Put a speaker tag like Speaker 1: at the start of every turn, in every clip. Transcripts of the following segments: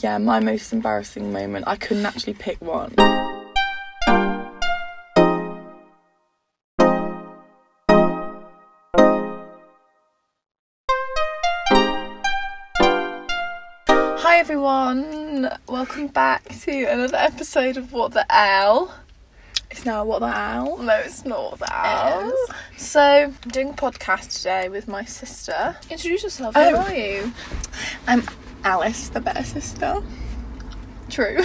Speaker 1: Yeah, my most embarrassing moment. I couldn't actually pick one. Hi everyone, welcome back to another episode of What the L. It's now What the L.
Speaker 2: No, it's not that.
Speaker 1: It
Speaker 2: So, I'm doing a podcast today with my sister. Introduce yourself. Who
Speaker 1: Oh.
Speaker 2: are you?
Speaker 1: I'm Alice, the better sister.
Speaker 2: True.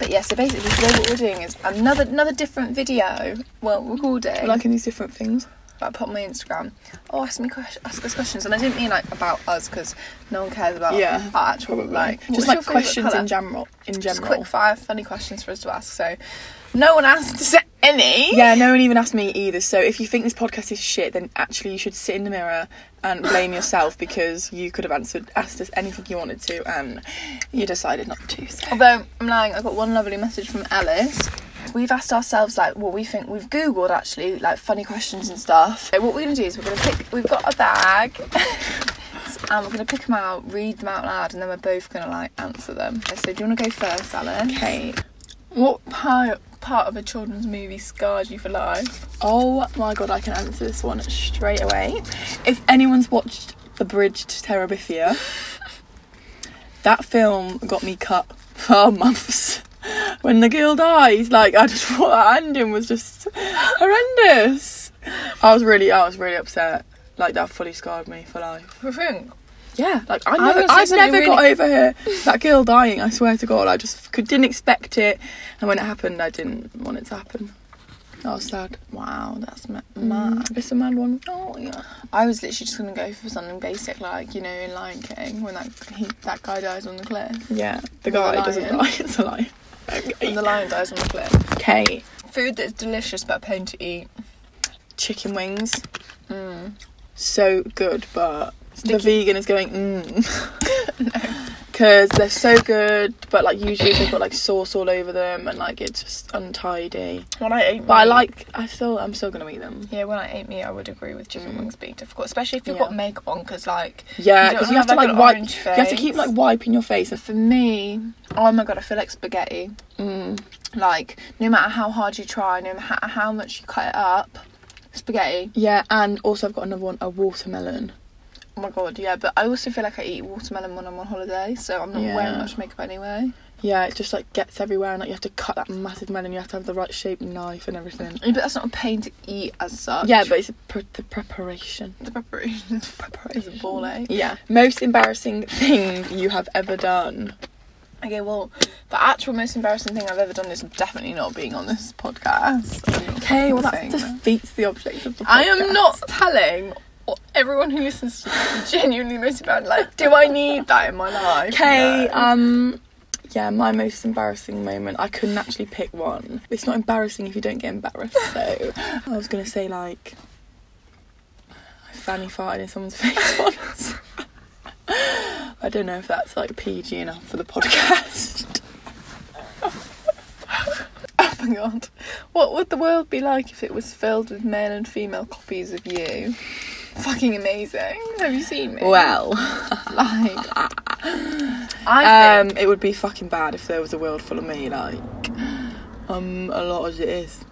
Speaker 2: but yeah, so basically today what we're doing is another another different video. Well, recording.
Speaker 1: We're liking these different things.
Speaker 2: I put on my Instagram. Oh, ask me questions. Ask us questions, and I didn't mean like about us because no one cares about
Speaker 1: Yeah,
Speaker 2: our actual like
Speaker 1: just
Speaker 2: What's
Speaker 1: like
Speaker 2: your favourite
Speaker 1: questions
Speaker 2: colour?
Speaker 1: in general. In
Speaker 2: Just
Speaker 1: general.
Speaker 2: quick fire funny questions for us to ask. So, no one asked us any.
Speaker 1: Yeah, no one even asked me either. So if you think this podcast is shit, then actually you should sit in the mirror and blame yourself because you could have answered asked us anything you wanted to, and you decided not to. So.
Speaker 2: Although I'm lying, I got one lovely message from Alice. We've asked ourselves like what we think we've googled actually like funny questions and stuff. So what we're gonna do is we're gonna pick. We've got a bag, and we're gonna pick them out, read them out loud, and then we're both gonna like answer them. So do you wanna go first, Alice?
Speaker 1: Okay.
Speaker 2: What part part of a children's movie scarred you for life?
Speaker 1: Oh my god, I can answer this one straight away. If anyone's watched The Bridge to Terabithia, that film got me cut for months. When the girl dies, like I just thought that ending was just horrendous. I was really, I was really upset. Like that fully scarred me for life.
Speaker 2: I think.
Speaker 1: Yeah, like I
Speaker 2: I'm
Speaker 1: never,
Speaker 2: gonna say
Speaker 1: I
Speaker 2: something
Speaker 1: never got
Speaker 2: really-
Speaker 1: over her. That girl dying, I swear to God, I just could, didn't expect it. And when it happened, I didn't want it to happen. I was sad.
Speaker 2: Wow, that's ma- mad.
Speaker 1: Mad. It's a mad one. Oh yeah.
Speaker 2: I was literally just gonna go for something basic like you know in Lion King when that he, that guy dies on the cliff.
Speaker 1: Yeah. The
Speaker 2: The
Speaker 1: guy
Speaker 2: lion.
Speaker 1: doesn't lie. It's a lie.
Speaker 2: And the lion dies on the cliff.
Speaker 1: Okay.
Speaker 2: Food that's delicious but a pain to eat.
Speaker 1: Chicken wings, Hmm.
Speaker 2: Mm.
Speaker 1: so good, but the
Speaker 2: Sticky.
Speaker 1: vegan is going mm. Because they're so good, but like usually they've got like sauce all over them and like it's just untidy.
Speaker 2: When I ate,
Speaker 1: But I like, I still, I'm still gonna eat them.
Speaker 2: Yeah, when I ate meat, I would agree with chicken
Speaker 1: Mm.
Speaker 2: wings being difficult, especially if you've
Speaker 1: Yeah.
Speaker 2: got makeup on, because like
Speaker 1: Yeah,
Speaker 2: You
Speaker 1: because
Speaker 2: don't
Speaker 1: you have to
Speaker 2: have,
Speaker 1: like
Speaker 2: like, an
Speaker 1: wipe.
Speaker 2: orange
Speaker 1: You have to keep
Speaker 2: face.
Speaker 1: like wiping your face.
Speaker 2: for me, oh my god, I feel like spaghetti.
Speaker 1: Mm.
Speaker 2: Like no matter how hard you try, no matter how much you cut it up, spaghetti.
Speaker 1: Yeah, and also I've got another one, a watermelon.
Speaker 2: Oh my god, yeah. But I also feel like I eat watermelon when I'm on holiday, so I'm not
Speaker 1: Yeah.
Speaker 2: wearing much makeup anyway.
Speaker 1: Yeah, it just like gets everywhere, and like you have to cut that massive melon. You have to have the right shaped knife and everything.
Speaker 2: Yeah, But that's not a pain to eat as such.
Speaker 1: Yeah, but it's pre- the preparation.
Speaker 2: the preparation is preparation. Is a ball ache.
Speaker 1: Yeah. Most embarrassing thing you have ever done.
Speaker 2: Okay, well, the actual most embarrassing thing I've ever done is definitely not being on this podcast. I'm not
Speaker 1: Okay, well
Speaker 2: saying
Speaker 1: that
Speaker 2: that.
Speaker 1: defeats the object of the podcast.
Speaker 2: I am not telling everyone who listens to this genuinely most about like, do I need that in my life?
Speaker 1: Okay.
Speaker 2: No.
Speaker 1: Um. Yeah, my most embarrassing moment. I couldn't actually pick one. It's not embarrassing if you don't get embarrassed. So I was gonna say like, I fanny farted in someone's face once. I don't know if that's like PG enough for the podcast.
Speaker 2: oh my god, what would the world be like if it was filled with male and female copies of you? Fucking amazing. Have you seen me?
Speaker 1: Well,
Speaker 2: like, I
Speaker 1: um,
Speaker 2: think
Speaker 1: it would be fucking bad if there was a world full of me. Like, um, a lot as it is.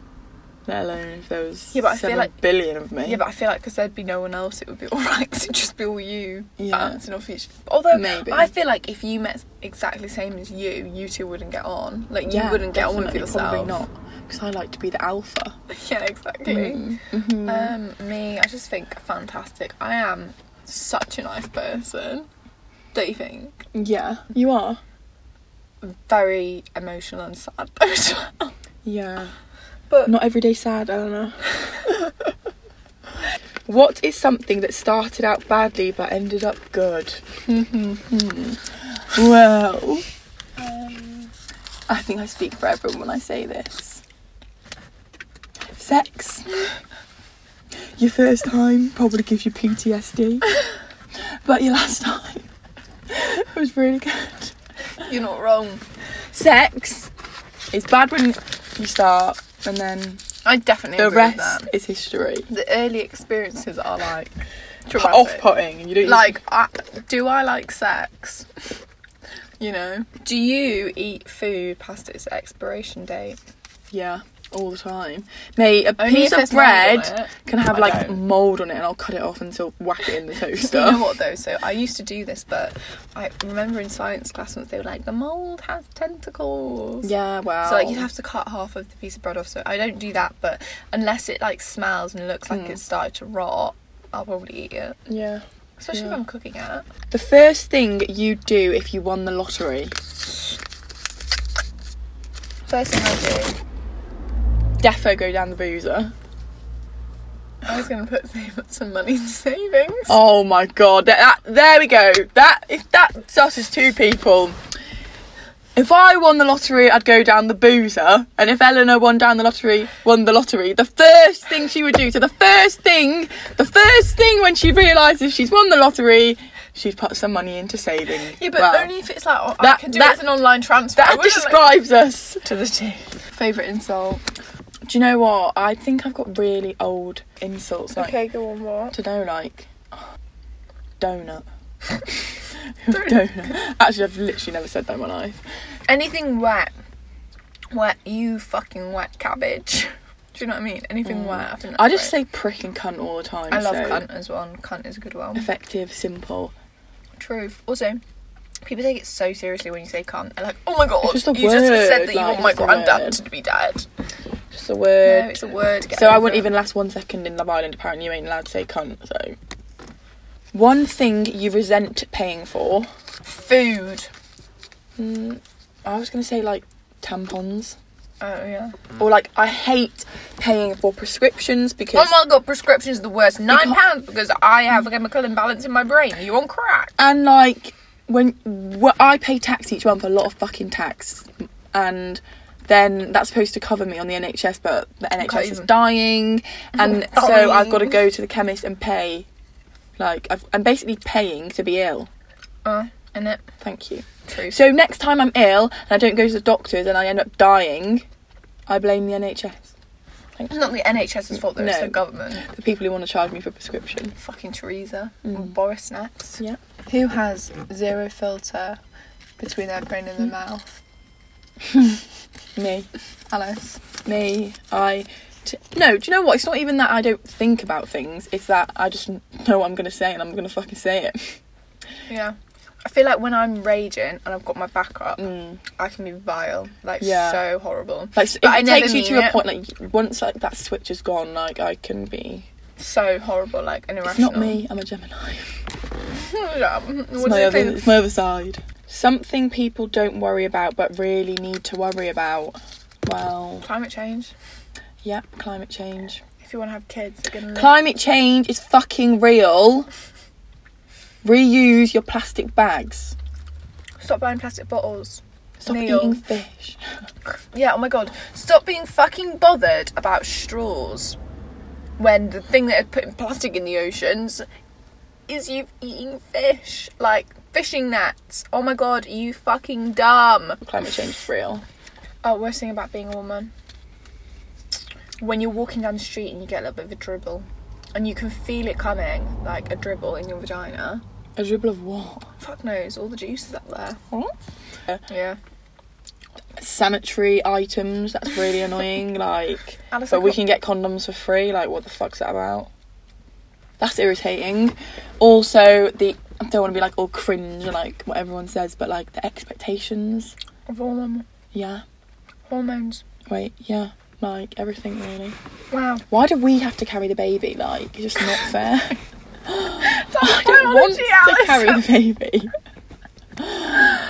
Speaker 1: Let alone if there was
Speaker 2: Yeah, but I feel
Speaker 1: seven
Speaker 2: like-
Speaker 1: billion of me.
Speaker 2: Yeah, but I feel like because there'd be no one else, it would be all right. 'cause it'd just be all you
Speaker 1: Yeah.
Speaker 2: bouncing off each. Although
Speaker 1: Maybe.
Speaker 2: I feel like if you met exactly the same as you, you two wouldn't get on. Like you wouldn't get on with
Speaker 1: definitely,
Speaker 2: yourself.
Speaker 1: Probably not, because I like to be the alpha. Uh,
Speaker 2: Yeah, exactly.
Speaker 1: Mm.
Speaker 2: Um, me, I just think fantastic. I am such a nice person. Don't you think?
Speaker 1: yeah, you are.
Speaker 2: Very emotional and sad though as well.
Speaker 1: Yeah,
Speaker 2: But
Speaker 1: not every day sad. I don't know. what is something that started out badly but ended up good?
Speaker 2: Mm-hmm.
Speaker 1: well,
Speaker 2: um,
Speaker 1: I think I speak for everyone when I say this. Sex. Your first time probably gives you PTSD, but your last time was really good.
Speaker 2: you're not wrong.
Speaker 1: sex is bad when you start and then
Speaker 2: I definitely
Speaker 1: the
Speaker 2: agree with
Speaker 1: rest
Speaker 2: that.
Speaker 1: is history.
Speaker 2: The early experiences are like
Speaker 1: Off
Speaker 2: traumatic.
Speaker 1: putting and you don't
Speaker 2: Like, I, do I like sex?
Speaker 1: you know?
Speaker 2: Do you eat food past its expiration date?
Speaker 1: Yeah, all the time. Mate, a
Speaker 2: Only
Speaker 1: piece
Speaker 2: if
Speaker 1: of
Speaker 2: there's mold on
Speaker 1: bread
Speaker 2: it.
Speaker 1: can have
Speaker 2: I
Speaker 1: like
Speaker 2: don't.
Speaker 1: mold on it, and I'll cut it off until whack it in the toaster.
Speaker 2: You know what though? So I used to do this, but I remember in science class once they were like, the mold has tentacles.
Speaker 1: Yeah, well.
Speaker 2: So like you'd have to cut half of the piece of bread off. So I don't do that, but unless it like smells and looks like it's started to rot, I'll probably eat it.
Speaker 1: Yeah.
Speaker 2: Especially
Speaker 1: Yeah.
Speaker 2: if I'm cooking it.
Speaker 1: The first thing you'd do if you won the lottery,
Speaker 2: First thing I do,
Speaker 1: defo go down the boozer.
Speaker 2: I was gonna put save up some money in savings.
Speaker 1: Oh my god, that, that- there we go. That if that us as two people. If I won the lottery, I'd go down the boozer, and if Eleanor won down the lottery, won the lottery, the first thing she would do. So the first thing, the first thing when she realises she's won the lottery, she'd put some money into saving.
Speaker 2: Yeah, but
Speaker 1: Wow.
Speaker 2: only if it's like oh, I
Speaker 1: That-
Speaker 2: can do
Speaker 1: that-
Speaker 2: it as an online transfer. I
Speaker 1: that
Speaker 2: wouldn't, like-
Speaker 1: describes us to the T.
Speaker 2: Favorite insult.
Speaker 1: Do you know what? I think I've got really old insults. Like,
Speaker 2: Okay, go on. What?
Speaker 1: to know like donut. donut. Actually, I've literally never said that in my life.
Speaker 2: Anything wet? Wet? You fucking wet cabbage. Do you know what I mean? Anything wet? I, think
Speaker 1: Mm. I
Speaker 2: that's
Speaker 1: just
Speaker 2: great.
Speaker 1: say prick and cunt all the time.
Speaker 2: I love
Speaker 1: so
Speaker 2: cunt as well. and Cunt is a good one.
Speaker 1: Effective, simple.
Speaker 2: Truth. Also, people take it so seriously when you say cunt. They're like, oh my god,
Speaker 1: It's just a
Speaker 2: you just said
Speaker 1: word,
Speaker 2: that you
Speaker 1: like,
Speaker 2: want my
Speaker 1: it's a
Speaker 2: granddad
Speaker 1: word."
Speaker 2: to be dead.
Speaker 1: Just a
Speaker 2: No,
Speaker 1: word.
Speaker 2: it's a word. get
Speaker 1: so I
Speaker 2: over
Speaker 1: wouldn't
Speaker 2: it.
Speaker 1: even last one second in Love Island. Apparently, you ain't allowed to say cunt. So, one thing you resent paying for.
Speaker 2: Food.
Speaker 1: Mm, I was gonna say like tampons.
Speaker 2: Oh yeah.
Speaker 1: Or like I hate paying for prescriptions because
Speaker 2: Oh my god, prescriptions are the worst. Nine
Speaker 1: Because-
Speaker 2: pounds because I have a chemical imbalance in my brain. Are you on crack?
Speaker 1: and like when wh- I pay tax each month, a lot of fucking tax, and then that's supposed to cover me on the NHS, but the NHS is
Speaker 2: even.
Speaker 1: dying, and
Speaker 2: Dying.
Speaker 1: so I've got to go to the chemist and pay. Like I've, I'm basically paying to be ill.
Speaker 2: Uh, in it.
Speaker 1: Thank you.
Speaker 2: True.
Speaker 1: So next time I'm ill and I don't go to the doctors and I end up dying, I blame the NHS.
Speaker 2: It's not the NHS's fault though, it's
Speaker 1: No.
Speaker 2: the government.
Speaker 1: The people who want to charge me for prescription.
Speaker 2: Fucking Theresa. Boris next.
Speaker 1: Yeah.
Speaker 2: Mm. Who has zero filter between their brain and their mouth?
Speaker 1: Me.
Speaker 2: Alice.
Speaker 1: me i t- no do you know what it's not even that i don't think about things it's that i just know what i'm gonna say and i'm gonna fucking say it
Speaker 2: Yeah. I feel like when I'm raging and I've got my back up, I can be vile. Like
Speaker 1: Yeah.
Speaker 2: so horrible.
Speaker 1: like it
Speaker 2: Mm. But I never
Speaker 1: takes you
Speaker 2: mean
Speaker 1: to a
Speaker 2: it.
Speaker 1: point like once like that switch is gone like i can be
Speaker 2: So horrible, like and
Speaker 1: it's
Speaker 2: irrational.
Speaker 1: not me i'm a gemini
Speaker 2: Yeah.
Speaker 1: it's,
Speaker 2: what
Speaker 1: my
Speaker 2: do
Speaker 1: other,
Speaker 2: they
Speaker 1: it's my other side something people don't worry about but really need to worry about well
Speaker 2: Climate change.
Speaker 1: yep climate change
Speaker 2: If you want to have kids, they're gonna live.
Speaker 1: climate change is fucking real reuse your plastic bags
Speaker 2: stop buying plastic bottles.
Speaker 1: stop
Speaker 2: Neil.
Speaker 1: eating fish
Speaker 2: Yeah, oh my god. Stop being fucking bothered about straws when the thing that is putting plastic in the oceans is you eating fish. Like fishing nets. Oh my god, you fucking dumb.
Speaker 1: climate change is real
Speaker 2: Oh, worst thing about being a woman. When you're walking down the street and you get a little bit of a dribble and you can feel it coming, like a dribble in your vagina.
Speaker 1: A dribble of what?
Speaker 2: Fuck knows, all the juices up there. Yeah.
Speaker 1: Sanitary items. That's really annoying. Like,
Speaker 2: Alice,
Speaker 1: but
Speaker 2: I've
Speaker 1: we
Speaker 2: got-
Speaker 1: can get condoms for free. Like, what the fuck's that about? That's irritating. Also, the I don't want to be like all cringe and like what everyone says, but like the expectations.
Speaker 2: Of all them
Speaker 1: Yeah.
Speaker 2: hormones.
Speaker 1: Wait. Yeah. Like everything really.
Speaker 2: Wow.
Speaker 1: Why do we have to carry the baby? Like, it's just not fair. I don't want
Speaker 2: biology,
Speaker 1: to
Speaker 2: Alice.
Speaker 1: carry the baby.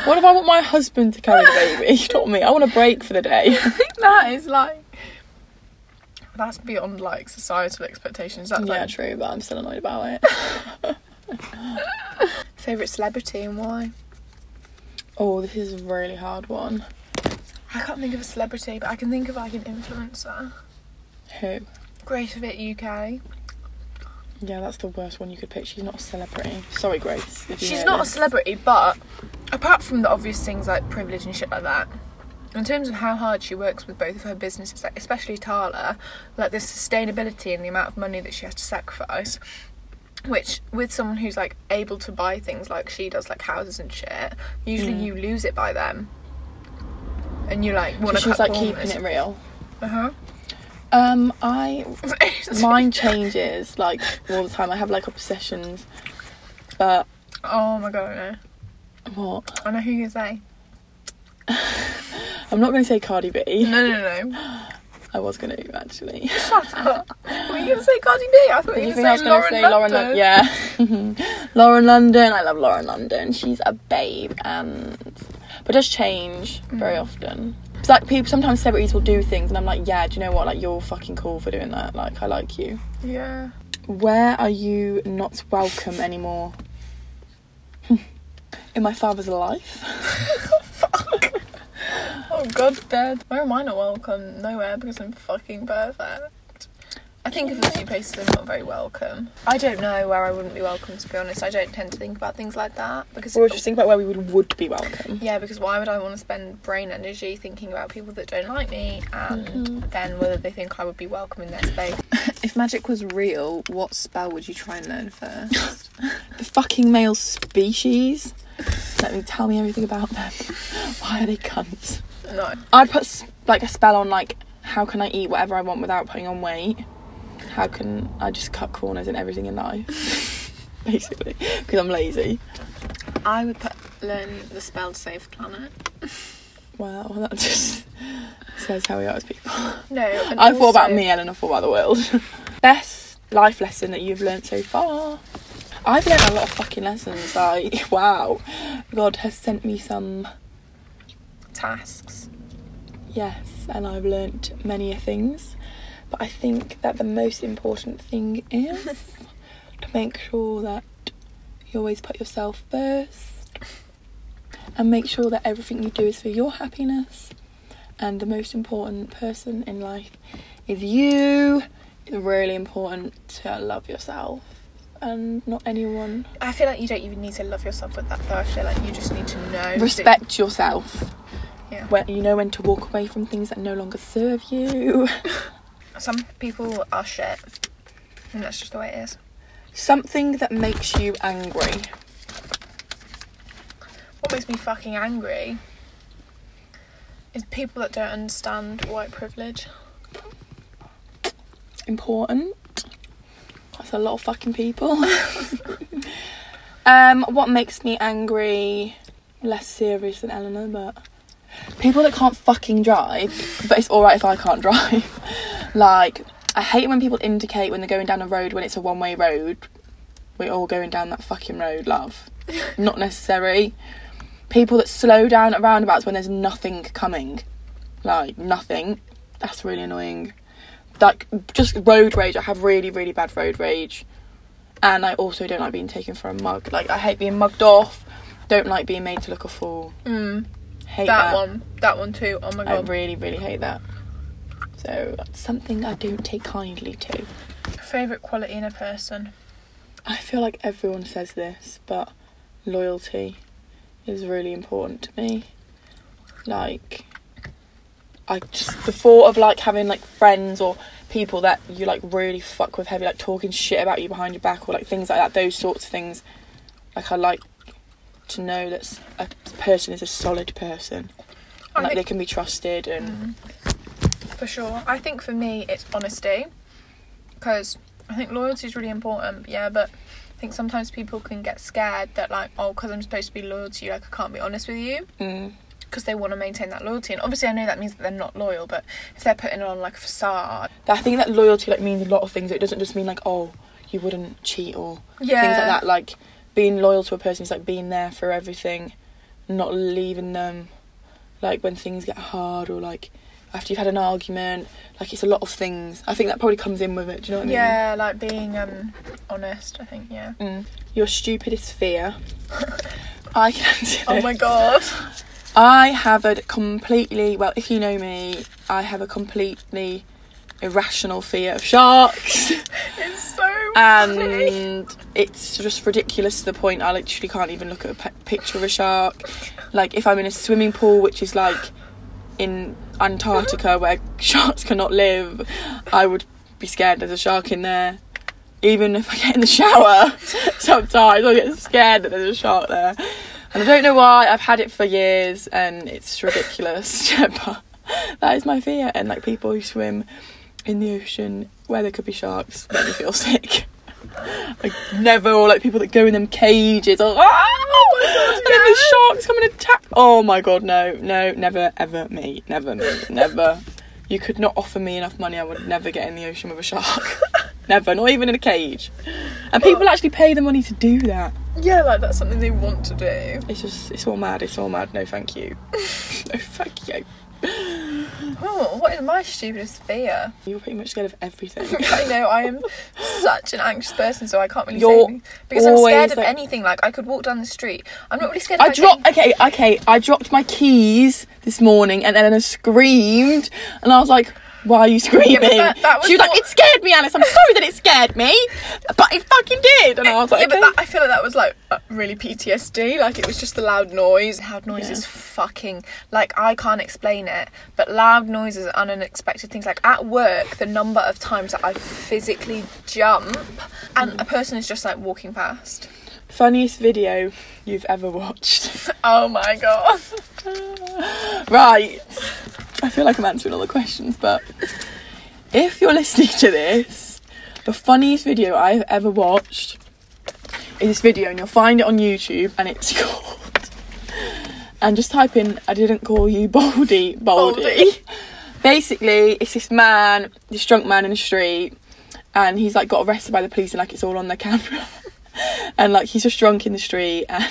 Speaker 1: What if I want my husband to carry the baby? You know what I mean? I want a break for the day.
Speaker 2: that is like that's beyond like societal expectations. That's
Speaker 1: Yeah,
Speaker 2: like
Speaker 1: true, but I'm still annoyed about it.
Speaker 2: favorite celebrity and why.
Speaker 1: Oh, this is a really hard one.
Speaker 2: I can't think of a celebrity, but I can think of like an influencer.
Speaker 1: Who?
Speaker 2: Grace Fit UK.
Speaker 1: Yeah, that's the worst one you could pick. She's not a celebrity. Sorry, Grace. if you
Speaker 2: She's
Speaker 1: hear
Speaker 2: not a
Speaker 1: this.
Speaker 2: celebrity, but apart from the obvious things like privilege and shit like that. In terms of how hard she works with both of her businesses, like especially Tala, like the sustainability and the amount of money that she has to sacrifice, Which, with someone who's like able to buy things like she does, like houses and shit, usually you lose it by them, and you like want to.
Speaker 1: She's like keeping it real.
Speaker 2: Uh huh.
Speaker 1: Um, I mine changes like all the time. I have like obsessions, but
Speaker 2: Oh my god, I know.
Speaker 1: what?
Speaker 2: I know who you say.
Speaker 1: I'm not going to say Cardi B.
Speaker 2: No, no, no.
Speaker 1: I was going to actually.
Speaker 2: Shut up. Were you gonna say Cardi B? I
Speaker 1: Did
Speaker 2: thought you
Speaker 1: you
Speaker 2: were
Speaker 1: think I
Speaker 2: gonna
Speaker 1: was
Speaker 2: say
Speaker 1: going to
Speaker 2: Lauren
Speaker 1: say Lauren?
Speaker 2: London.
Speaker 1: Lon- yeah, Lauren London. I love Lauren London. She's a babe, and but does change very often. It's like people sometimes celebrities will do things, and I'm like, yeah, do you know what? Like you're fucking cool for doing that. Like I like you.
Speaker 2: Yeah.
Speaker 1: Where are you not welcome anymore? In my father's life.
Speaker 2: Fuck. Oh god, bed. Where am I not welcome? Nowhere because I'm fucking perfect. I think of a few places I'm not very welcome. I don't know where I wouldn't be welcome to be honest. I don't tend to think about things like that because
Speaker 1: Or just think about where we would, would be welcome.
Speaker 2: yeah, because why would I want to spend brain energy thinking about people that don't like me and then whether they think I would be welcome in their space? Mm-hmm. if magic was real, what spell would you try and learn first?
Speaker 1: The fucking male species. Let me tell me everything about them. Why are they cunts?
Speaker 2: no.
Speaker 1: I'd put s- like a spell on like how can I eat whatever I want without putting on weight? How can I just cut corners in everything in life? Basically, because I'm lazy.
Speaker 2: I would put, learn the spell to save the planet.
Speaker 1: Wow, that just says how we are as people.
Speaker 2: No, and
Speaker 1: I thought about
Speaker 2: also-
Speaker 1: me, Ellen. I thought about the world. Best life lesson that you've learnt so far. I've learnt a lot of fucking lessons. Like, wow, God has sent me some.
Speaker 2: tasks.
Speaker 1: Yes, and I've learnt many a things. But I think that the most important thing is to make sure that you always put yourself first and make sure that everything you do is for your happiness. And the most important person in life is you. It's really important to love yourself and not anyone.
Speaker 2: I feel like you don't even need to love yourself with that though. I feel like you just need to know that-
Speaker 1: Respect yourself.
Speaker 2: Yeah.
Speaker 1: When, you know when to walk away from things that no longer serve you.
Speaker 2: Some people are shit, and that's just the way it is.
Speaker 1: Something that makes you angry.
Speaker 2: What makes me fucking angry is people that don't understand white privilege.
Speaker 1: Important. That's a lot of fucking people. um, what makes me angry? Less serious than Eleanor, but people that can't fucking drive. But it's all right if I can't drive. like I hate when people indicate when they're going down a road when it's a one-way road. We're all going down that fucking road, love. Not necessary. People that slow down at roundabouts when there's nothing coming. Like nothing. That's really annoying. like just road rage. I have really, really bad road rage, and I also don't like being taken for a mug. Like I hate being mugged off. Don't like being made to look a fool.
Speaker 2: Mm,
Speaker 1: Hate
Speaker 2: that,
Speaker 1: that,
Speaker 2: one, that one too. Oh my
Speaker 1: I
Speaker 2: god.
Speaker 1: really, really hate that. So that's something I don't take kindly to.
Speaker 2: Favorite quality in a person.
Speaker 1: I feel like everyone says this, but loyalty is really important to me. Like, I just the thought of like having like friends or people that you like really fuck with heavy, like talking shit about you behind your back or like things like that. Those sorts of things, like I like to know that s- a person is a solid person,
Speaker 2: I
Speaker 1: and, like
Speaker 2: think-
Speaker 1: they can be trusted and
Speaker 2: For sure. I think for me, it's honesty. Because I think loyalty is really important, yeah, but I think sometimes people can get scared that, like, oh, because I'm supposed to be loyal to you, like, I can't be honest with you.
Speaker 1: mm,
Speaker 2: Because they want to maintain that loyalty. And obviously, I know that means that they're not loyal, but if they're putting on, like, a facade.
Speaker 1: I think that loyalty like means a lot of things. It doesn't just mean like oh you wouldn't cheat or
Speaker 2: Yeah.
Speaker 1: things like that. Like being loyal to a person is like being there for everything, not leaving them. Like when things get hard or like after you've had an argument, like it's a lot of things. I think that probably comes in with it. Do you know what I
Speaker 2: Yeah, like being um, honest, I think, yeah.
Speaker 1: mean? Yeah. Mm. Your stupidest fear. I can answer
Speaker 2: Oh
Speaker 1: this.
Speaker 2: my god.
Speaker 1: I have a completely well, if you know me, I have a completely irrational fear of sharks.
Speaker 2: It's so
Speaker 1: Um,
Speaker 2: funny.
Speaker 1: and it's just ridiculous to the point I literally can't even look at a pi- picture of a shark. Like if I'm in a swimming pool, which is like in Antarctica where sharks cannot live, I would be scared there's a shark in there. even if I get in the shower, sometimes I get scared that there's a shark there. And I don't know why, I've had it for years and it's ridiculous. but that is my fear. And like people who swim in the ocean where there could be sharks make me feel sick. Like never, or like people that go in them cages. Or, "Ah, oh and then the sharks come and attack. Oh my god, no, no, never, ever me, never me, never. You could not offer me enough money. I would never get in the ocean with a shark. never, not even in a cage. And people actually pay the money to do that.
Speaker 2: Yeah, like that's something they want to do.
Speaker 1: It's just, it's all mad. It's all mad. No, thank you. no, thank you.
Speaker 2: Oh, what is my stupidest fear?
Speaker 1: You're pretty much scared of everything.
Speaker 2: I know I am such an anxious person, so I can't really say
Speaker 1: You're
Speaker 2: anything. because I'm scared
Speaker 1: always
Speaker 2: of
Speaker 1: like-
Speaker 2: anything. Like I could walk down the street. I'm not really scared.
Speaker 1: I
Speaker 2: of
Speaker 1: dropped. Okay, okay. I dropped my keys this morning, and Eleanor screamed, and I was like, "Why are you screaming?"
Speaker 2: that- that was
Speaker 1: she was
Speaker 2: not-
Speaker 1: like, "It scared me, Alice. I'm sorry that it scared me, but it fucking did." And I was like,
Speaker 2: yeah,
Speaker 1: okay.
Speaker 2: but that, I feel like that was like uh, really PTSD. Like it was just the loud noise. Loud noise is fucking like I can't explain it. But loud noises and unexpected things. Like at work, the number of times that I physically jump and a person is just like walking past.
Speaker 1: Funniest video you've ever watched.
Speaker 2: Oh my god.
Speaker 1: right. I feel like I'm answering all the questions, but if you're listening to this, the funniest video I've ever watched is this video, and you'll find it on YouTube, and it's called. And just type in "I didn't call you Baldy, Baldy."
Speaker 2: Baldy.
Speaker 1: Basically, it's this man, this drunk man in the street, and he's like got arrested by the police, and like it's all on the camera. And like he's just drunk in the street, and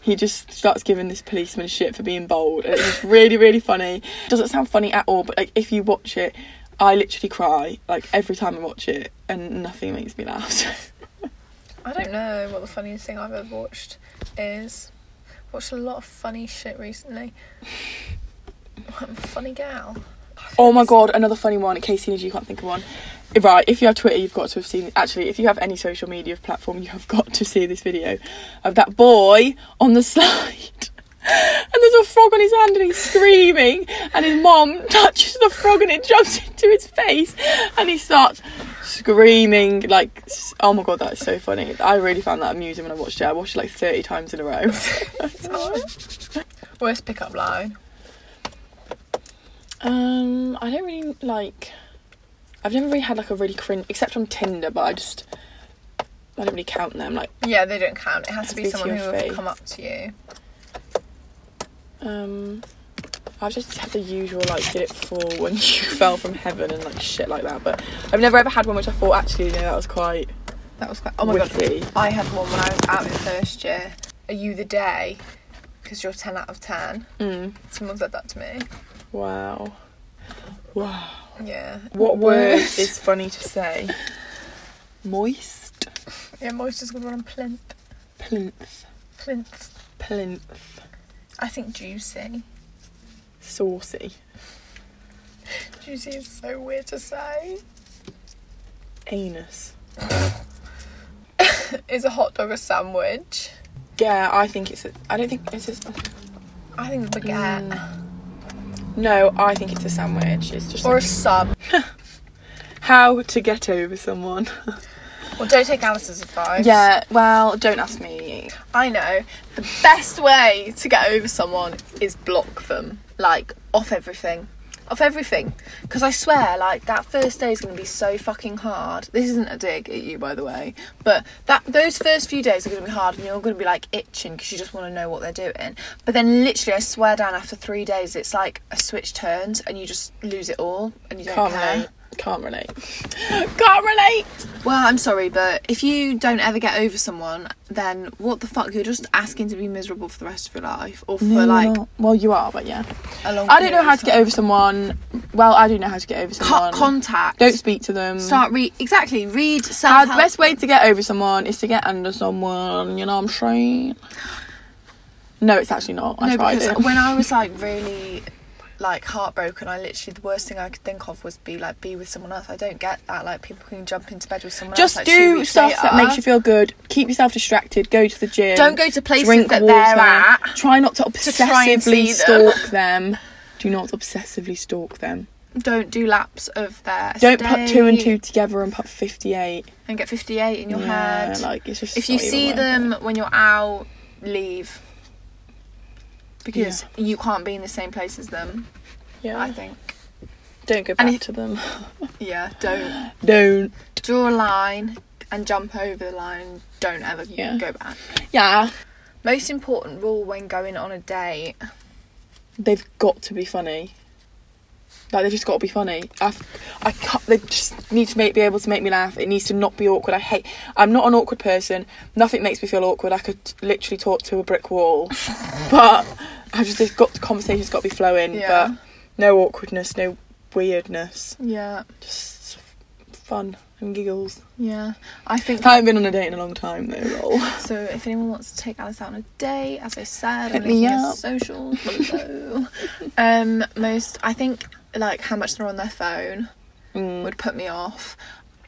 Speaker 1: he just starts giving this policeman shit for being bold, and it's just really, really funny. Doesn't sound funny at all, but like if you watch it, I literally cry like every time I watch it, and nothing makes me laugh. so-
Speaker 2: I don't know what the funniest thing I've ever watched is. Watched a lot of funny shit recently. I'm a funny gal.
Speaker 1: Oh my god, another funny one. In case you can't think of one. Right, if you have Twitter, you've got to have seen. Actually, if you have any social media platform, you have got to see this video of that boy on the slide. And there's a frog on his hand and he's screaming. And his mom touches the frog and it jumps into his face. And he starts screaming. Like, s- oh my god, that is so funny. I really found that amusing when I watched it. I watched it like 30 times in a row.
Speaker 2: Worst pickup line.
Speaker 1: Um, I don't really like. I've never really had like a really cringe, except on Tinder. But I just, I don't really count them. Like,
Speaker 2: Yeah, they don't count. It has to be
Speaker 1: Has to be to
Speaker 2: someone who
Speaker 1: your
Speaker 2: will
Speaker 1: face.
Speaker 2: come up to you.
Speaker 1: um, I've just had the usual like, did it fall when you fell from heaven and like shit like that. But I've never ever had one which I thought actually, no, that was quite.
Speaker 2: That was quite. Oh my
Speaker 1: Witty.
Speaker 2: god. I had one when I was out in first year. Are you the day? Because you're 10 out of 10.
Speaker 1: Mm,
Speaker 2: Someone said that to me.
Speaker 1: wow. Wow.
Speaker 2: Yeah.
Speaker 1: What word is funny to say? Moist.
Speaker 2: Yeah, moist is going to run on plinth.
Speaker 1: Plinth.
Speaker 2: Plinth.
Speaker 1: Plinth.
Speaker 2: I think juicy.
Speaker 1: Saucy.
Speaker 2: Juicy is so weird to say.
Speaker 1: Anus.
Speaker 2: Is a hot dog a sandwich?
Speaker 1: Yeah, I think it's. A, I don't think it's. A,
Speaker 2: I think it's a baguette.
Speaker 1: Mm. No, I think it's a sandwich. It's just
Speaker 2: Or a
Speaker 1: like
Speaker 2: sub.
Speaker 1: how to get over someone.
Speaker 2: Well, don't take Alice's advice.
Speaker 1: yeah, well, don't ask me.
Speaker 2: I know. The best way to get over someone is block them. Like, off everything. Off everything. Because I swear, like, that first day is going to be so fucking hard. This isn't a dig at you, by the way. But that those first few days are going to be hard and you're going to be, like, itching because you just want to know what they're doing. But then, literally, I swear down, after three days, it's like a switch turns and you just lose it all and you don't
Speaker 1: Can't
Speaker 2: care.
Speaker 1: relate. Can't relate. Can't relate.
Speaker 2: Well, I'm sorry, but if you don't ever get over someone, then what the fuck? You're just asking to be miserable for the rest of your life, or for like
Speaker 1: well, you are, but yeah.
Speaker 2: a long.
Speaker 1: I don't know
Speaker 2: period
Speaker 1: how
Speaker 2: of
Speaker 1: to get
Speaker 2: time.
Speaker 1: over someone. Well, I do know how to get over someone.
Speaker 2: Cut contact.
Speaker 1: don't speak to them.
Speaker 2: start read exactly. Read
Speaker 1: Uh,
Speaker 2: self
Speaker 1: the best way to get over someone is to get under someone. You know what I'm saying? No, it's actually not. I
Speaker 2: No,
Speaker 1: tried
Speaker 2: because
Speaker 1: it.
Speaker 2: when I was like really like heartbroken, I literally the worst thing I could think of was be like be with someone else. I don't get that. Like people can jump into bed with someone
Speaker 1: Just
Speaker 2: else. like, two
Speaker 1: do
Speaker 2: weeks
Speaker 1: stuff that
Speaker 2: later.
Speaker 1: makes you feel good. Keep yourself distracted. Go to the gym.
Speaker 2: Don't go to places
Speaker 1: drink
Speaker 2: that
Speaker 1: water.
Speaker 2: they're at.
Speaker 1: Try not to
Speaker 2: try
Speaker 1: obsessively
Speaker 2: and see them.
Speaker 1: stalk them. Do not obsessively stalk them.
Speaker 2: don't do laps of their
Speaker 1: Don't put two and
Speaker 2: estate
Speaker 1: two together and put 58.
Speaker 2: and get 58 in your
Speaker 1: yeah,
Speaker 2: head.
Speaker 1: like it's just.
Speaker 2: if you
Speaker 1: not even
Speaker 2: see
Speaker 1: worth
Speaker 2: them
Speaker 1: it.
Speaker 2: when you're out, leave. Because you can't be in the same place as them, I
Speaker 1: yeah,
Speaker 2: think.
Speaker 1: don't go
Speaker 2: and
Speaker 1: back
Speaker 2: if-
Speaker 1: to them.
Speaker 2: Yeah, don't.
Speaker 1: Don't.
Speaker 2: Draw a line and jump over the line. Don't ever
Speaker 1: Yeah.
Speaker 2: go back.
Speaker 1: Yeah,
Speaker 2: Most important rule when going on a date
Speaker 1: they've got to be funny. Like they've just got to be funny. I've, I can't. They just need to make be able to make me laugh. It needs to not be awkward. I hate. I'm not an awkward person. Nothing makes me feel awkward. I could literally talk to a brick wall, but I just they've got the conversation's got to be flowing.
Speaker 2: Yeah.
Speaker 1: But no awkwardness, no weirdness.
Speaker 2: Yeah,
Speaker 1: Just fun and giggles.
Speaker 2: yeah. I think
Speaker 1: I haven't been on a date in a long time though. Lol.
Speaker 2: so. If anyone wants to take Alice out on a date, as I said,
Speaker 1: Hit
Speaker 2: I'm
Speaker 1: me
Speaker 2: linking her
Speaker 1: up.
Speaker 2: socials below. um, most I think like how much they're on their phone
Speaker 1: Mm.
Speaker 2: would put me off.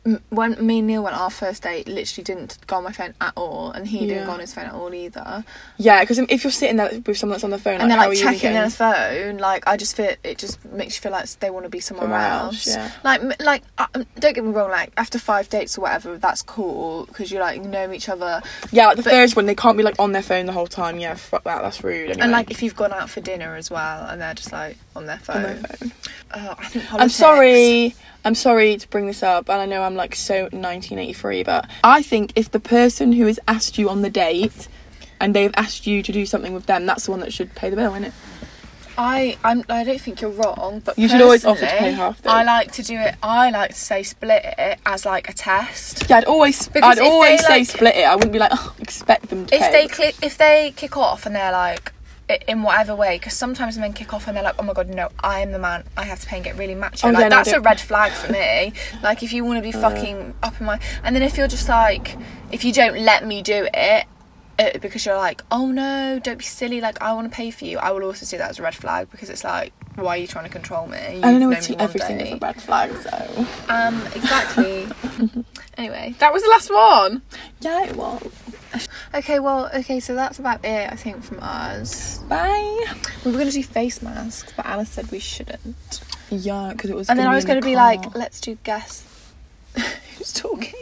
Speaker 2: M- When me and Neil went on our first date, literally didn't go on my phone at all, and he
Speaker 1: Yeah.
Speaker 2: didn't go on his phone at all either.
Speaker 1: Yeah, because if you're sitting there with someone that's on the phone,
Speaker 2: and they're
Speaker 1: how are
Speaker 2: like
Speaker 1: you
Speaker 2: checking
Speaker 1: even
Speaker 2: their
Speaker 1: getting-
Speaker 2: phone. Like I just feel it just makes you feel like they want to be somewhere
Speaker 1: Somewhere else,
Speaker 2: else.
Speaker 1: yeah.
Speaker 2: Like m- like uh, um, don't get me wrong. Like after five dates or whatever, that's cool because you like know each other.
Speaker 1: Yeah, like the
Speaker 2: But-
Speaker 1: first one, they can't be like on their phone the whole time. Yeah, fuck that. That's rude. Anyway.
Speaker 2: And like if you've gone out for dinner as well, and they're just like on their phone.
Speaker 1: on their phone.
Speaker 2: Oh, I think
Speaker 1: I'm
Speaker 2: politics-
Speaker 1: sorry. I'm sorry to bring this up, and I know I'm like so 1983, but I think if the person who has asked you on the date and they've asked you to do something with them, that's the one that should pay the bill, isn't it?
Speaker 2: I I'm, I don't think you're wrong, but
Speaker 1: You should always offer to pay
Speaker 2: personally,
Speaker 1: half, though.
Speaker 2: I like to do it. I like to say split it as like a test.
Speaker 1: Yeah, I'd always,
Speaker 2: Because
Speaker 1: I'd
Speaker 2: if they,
Speaker 1: always say
Speaker 2: like-
Speaker 1: split it. I wouldn't be like, oh, expect them to
Speaker 2: if
Speaker 1: pay.
Speaker 2: they click if they kick off and they're like i- in whatever way because sometimes men kick off and they're like oh my god no i am the man i have to pay and get really macho
Speaker 1: Oh,
Speaker 2: like
Speaker 1: yeah, no,
Speaker 2: that's a
Speaker 1: don't-
Speaker 2: red flag for me like if you want to be fucking up in my and then if you're just like if you don't let me do it uh, because you're like oh no don't be silly like i want to pay for you i will also see that as a red flag because it's like why are you trying to control me you
Speaker 1: I don't know, it's everything is
Speaker 2: day.
Speaker 1: a red flag, so.
Speaker 2: um exactly anyway that was the last one
Speaker 1: Yeah, it was.
Speaker 2: okay well okay so that's about it i think from us
Speaker 1: Bye.
Speaker 2: We were going to do face masks, but Alice said we shouldn't.
Speaker 1: Yeah, because it was.
Speaker 2: And then I was
Speaker 1: going
Speaker 2: going
Speaker 1: to
Speaker 2: to be like, let's do guess who's talking.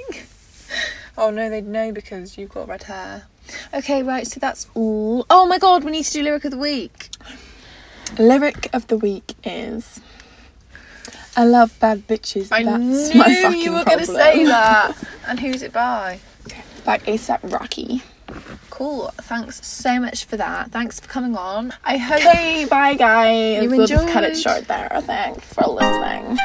Speaker 2: oh no, they'd know because you've got red hair. Okay, right, so that's all. Oh my god, we need to do lyric of the week.
Speaker 1: Lyric of the week is I love bad bitches.
Speaker 2: I
Speaker 1: That's
Speaker 2: knew
Speaker 1: my fucking
Speaker 2: you were going to
Speaker 1: problem."
Speaker 2: say that. and who's it by?
Speaker 1: By ASAP Rocky.
Speaker 2: Cool. Thanks so much for that. Thanks for coming on. I hope
Speaker 1: Okay, bye guys.
Speaker 2: You
Speaker 1: we'll just cut it
Speaker 2: enjoyed?
Speaker 1: short there. Thanks for listening.